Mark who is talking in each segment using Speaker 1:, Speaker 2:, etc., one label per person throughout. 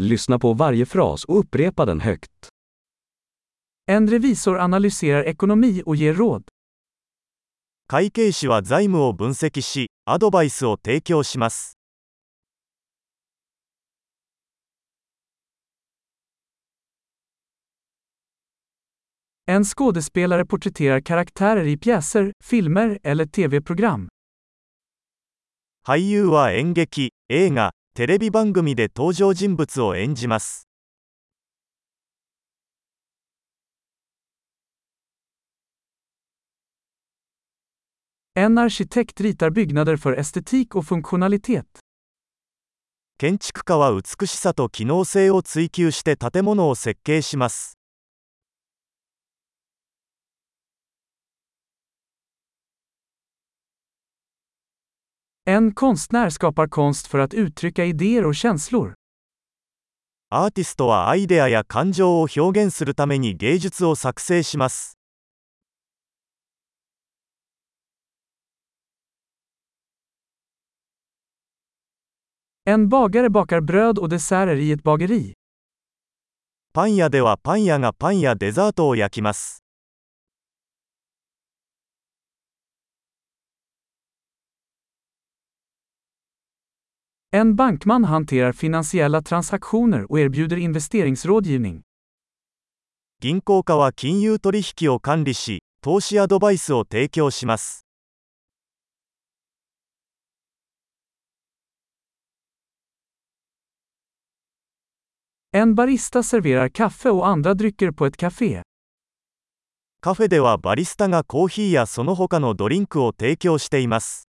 Speaker 1: Lyssna på varje fras och upprepa den högt.
Speaker 2: En revisor analyserar ekonomi och ger råd.
Speaker 3: 会計士は財務を分析し、アドバイスを提供します。
Speaker 2: En skådespelare porträtterar karaktärer i pjäser, filmer eller tv-program.
Speaker 3: 俳優は演劇、映画、テレビ番組で登場人物を演じます。
Speaker 2: En arkitekt ritar byggnader för estetik och funktionalitet.
Speaker 3: 建築家は美しさと機能性を追求して建物を設計します。
Speaker 2: En konstnär skapar konst för att uttrycka idéer och känslor.
Speaker 3: アーティストはアイデアや感情を表現するために芸術を作成します。
Speaker 2: En bagare bakar bröd och desserter i ett bageri.
Speaker 3: パン屋ではパン屋がパンやデザートを焼きます。
Speaker 2: En bankman hanterar finansiella transaktioner och erbjuder investeringsrådgivning.
Speaker 3: 銀行家は金融取引を管理し、投資アドバイスを提供します。
Speaker 2: En barista serverar kaffe och andra drycker på ett café.
Speaker 3: カフェではバリスタがコーヒーやその他のドリンクを提供しています。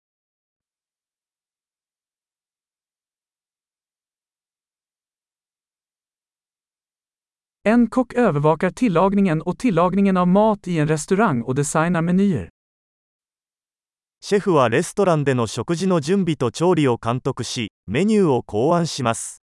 Speaker 2: En kock övervakar tillagningen och tillagningen av mat i en restaurang och designar menyer.
Speaker 3: シェフはレストランでの食事の準備と調理を監督し、メニューを考案します。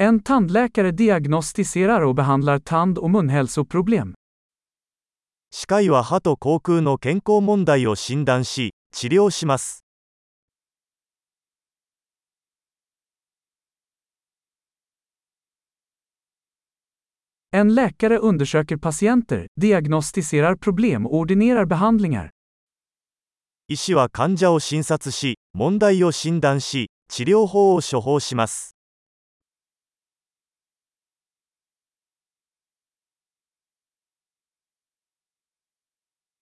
Speaker 2: En tandläkare diagnostiserar och behandlar tand och munhälsoproblem.
Speaker 3: 歯科医は歯と口腔の健康問題を診断し、治療します。
Speaker 2: En läkare undersöker patienter, diagnostiserar problem och ordinerar behandlingar.
Speaker 3: 医師は患者を診察し、問題を診断し、治療法を処方します。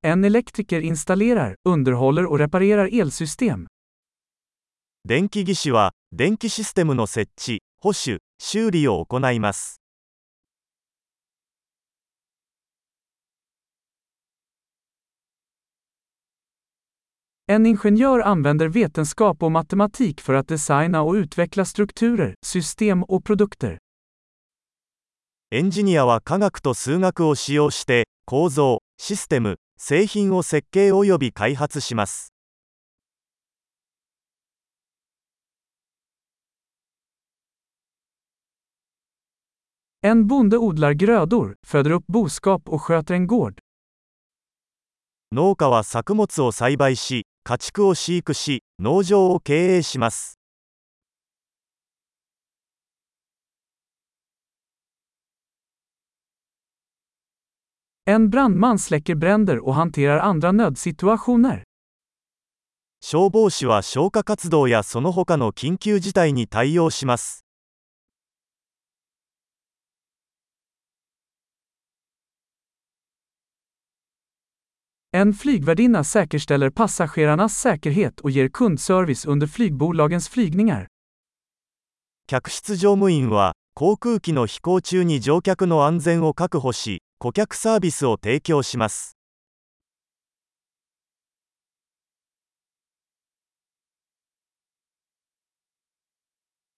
Speaker 2: En elektriker installerar, underhåller och reparerar elsystem.
Speaker 3: 電気技師は、電気システムの設置、保守、修理を行います。
Speaker 2: En ingenjör använder vetenskap och matematik för att designa och utveckla strukturer, system och produkter.
Speaker 3: エンジニアは科学と数学を使用して、構造、システム、製品を設計および開発します。
Speaker 2: En bonde odlar grödor, föder upp boskap och sköter en gård.
Speaker 3: 農家は作物を栽培し、家畜を飼育し、農場を経営します。
Speaker 2: En brandman släcker bränder och hanterar andra nödsituationer.
Speaker 3: 消防士は消火活動やその他の緊急事態に対応します。
Speaker 2: En flygvärdinna säkerställer passagerarnas säkerhet och ger kundservice under flygbolagens flygningar.
Speaker 3: 客室乗務員は、航空機の飛行中に乗客の安全を確保し、顧客サービスを提供します。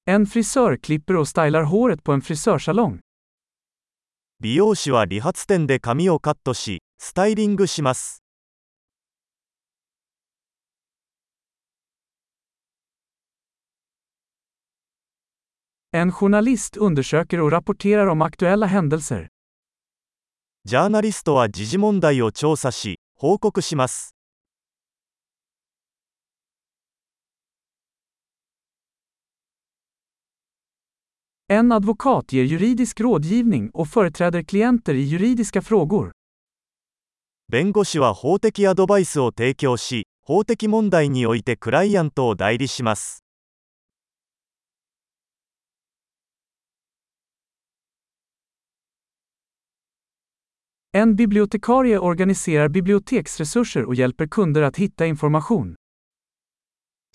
Speaker 2: En frisör klipper och stylar håret på en frisörsalong.
Speaker 3: 美容師は理髪店で髪をカットし、スタイリングします。
Speaker 2: En journalist undersöker och rapporterar om aktuella händelser.
Speaker 3: ジャーナリストは時事問題を調査し、報告します。
Speaker 2: En advokat ger juridisk rådgivning och företräder klienter i juridiska frågor.
Speaker 3: 弁護士は法的アドバイスを提供し、法的問題においてクライアントを代理します。
Speaker 2: En bibliotekarie organiserar biblioteksresurser och hjälper kunder att hitta information.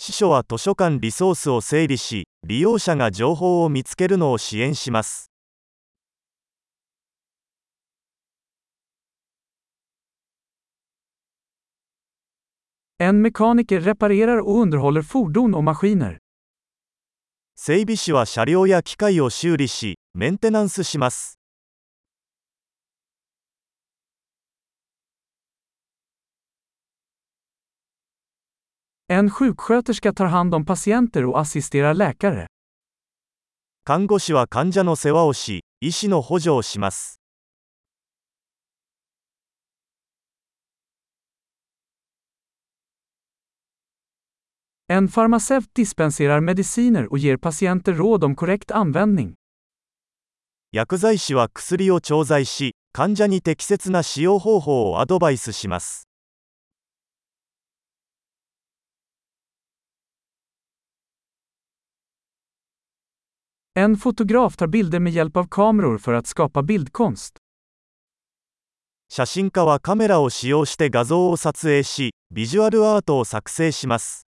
Speaker 3: 司書は図書館リソースを整理し、利用者が情報を見つけるのを支援します。
Speaker 2: En mekaniker reparerar och underhåller fordon och maskiner.
Speaker 3: 整備士は車両や機械を修理し、メンテナンスします。
Speaker 2: En sjuksköterska tar hand om patienter och assisterar läkare.
Speaker 3: 看護師は患者の世話をし、医師の補助をします。
Speaker 2: En farmaceut dispenserar mediciner och ger patienter råd om korrekt användning.
Speaker 3: 薬剤師は薬を調剤し、患者に適切な使用方法をアドバイスします。
Speaker 2: En fotograf tar bilder med hjälp av kameror för att skapa bildkonst.
Speaker 3: 写真家はカメラを使用して画像を撮影し、ビジュアルアートを作成します。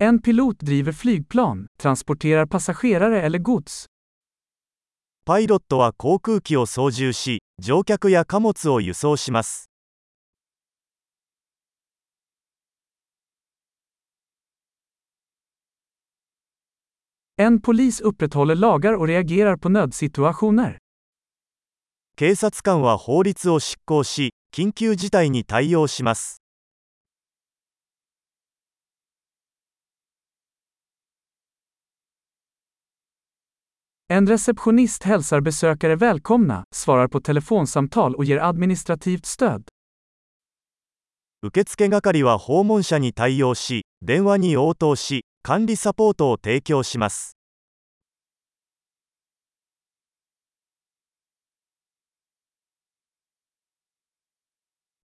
Speaker 2: En pilot driver flygplan, transporterar passagerare eller gods.
Speaker 3: パイロットは航空機を操縦し、乗客や貨物を輸送します。
Speaker 2: En polis upprätthåller lagar och reagerar på nödsituationer.
Speaker 3: 警察官は法律を執行し、緊急事態に対応します。
Speaker 2: En receptionist hälsar besökare välkomna, svarar på telefonsamtal och ger administrativt stöd.
Speaker 3: 受付係は訪問者に対応し、電話に応答し、管理サポートを提供します。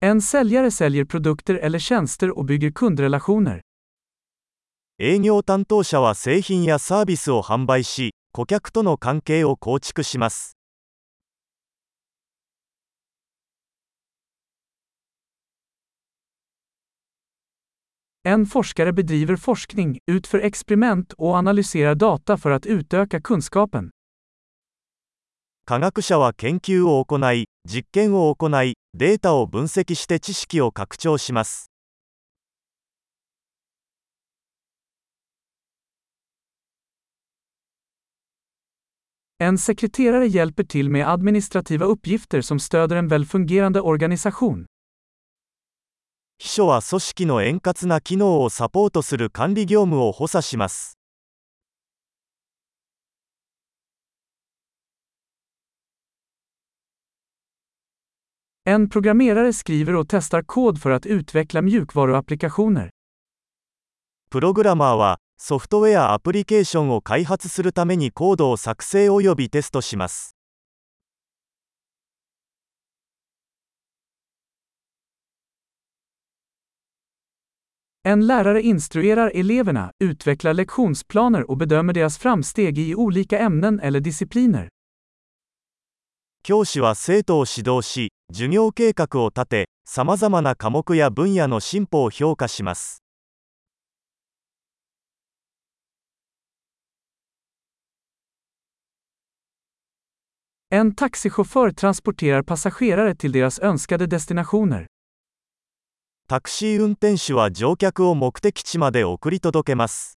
Speaker 2: En säljare säljer produkter eller tjänster och bygger kundrelationer.
Speaker 3: 営業担当者は製品やサービスを販売し、顧客との関係を構築します。
Speaker 2: En forskare bedriver forskning, utför experiment och analyserar data för att utöka kunskapen.
Speaker 3: 科学者は研究を行い、実験を行い、データを分析して知識を拡張します。
Speaker 2: En sekreterare hjälper till med administrativa uppgifter som stöder en välfungerande organisation.
Speaker 3: 秘書は組織の円滑な機能をサポートする管理業務を補佐します。
Speaker 2: En programmerare skriver och testar kod för att utveckla mjukvaruapplikationer.
Speaker 3: プログラマーは、ソフトウェアアプリケーションを開発するためにコードを作成およびテストします。
Speaker 2: En lärare instruerar eleverna, utvecklar lektionsplaner och bedömer deras framsteg i olika ämnen eller discipliner.
Speaker 3: 教師は生徒を指導し、授業計画を立て、様々な科目や分野の進歩を評価します。
Speaker 2: En taxichaufför transporterar passagerare till deras önskade destinationer.
Speaker 3: タクシー運転手は乗客を目的地まで送り届けます。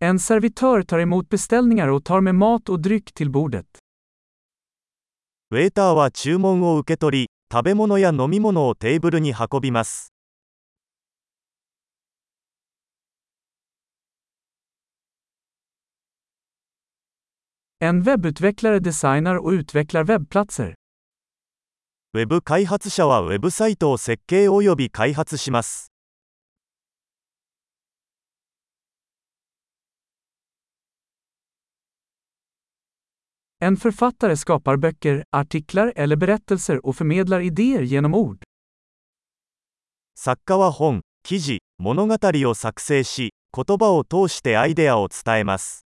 Speaker 2: En servitör tar emot beställningar och tar med mat och dryck till bordet.
Speaker 3: ウェイターは注文を受け取り、食べ物や飲み物をテーブルに運びます。
Speaker 2: En webbutvecklare designar och utvecklar webbplatser.
Speaker 3: ウェブ開発者はウェブサイトを設計および開発します。
Speaker 2: En författare skapar böcker, artiklar eller berättelser och förmedlar idéer genom ord.
Speaker 3: 作家は本、記事、物語を作成し、言葉を通してアイデアを伝えます。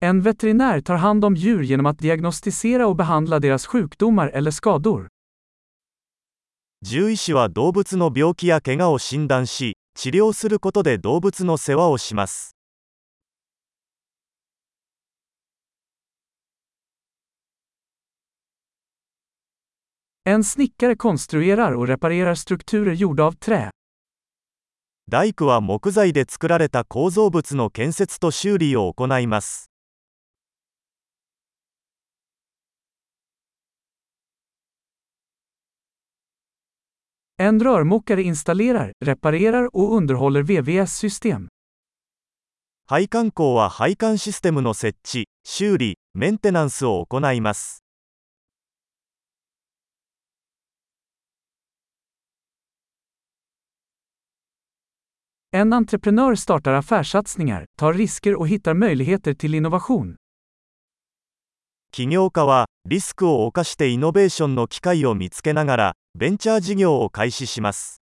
Speaker 2: En veterinär tar hand om djur genom att diagnostisera och behandla deras sjukdomar eller skador.
Speaker 3: 獣医師は動物の病気や怪我を診断し、治療することで動物の世話をします。
Speaker 2: En snickare konstruerar och reparerar strukturer gjorda av trä.
Speaker 3: 大工は木材で作られた構造物の建設と修理を行います。
Speaker 2: En rörmokare installerar, reparerar och underhåller VVS-system.
Speaker 3: 配管工は配管システムの設置、修理、メンテナンスを行います。
Speaker 2: En entreprenör startar affärssatsningar, tar risker och hittar möjligheter till innovation.
Speaker 3: 起業家はリスクを冒してイノベーションの機会を見つけながらベンチャー事業を開始します。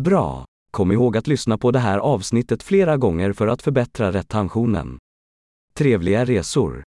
Speaker 1: Bra! Kom ihåg att lyssna på det här avsnittet flera gånger för att förbättra retentionen. Trevliga resor!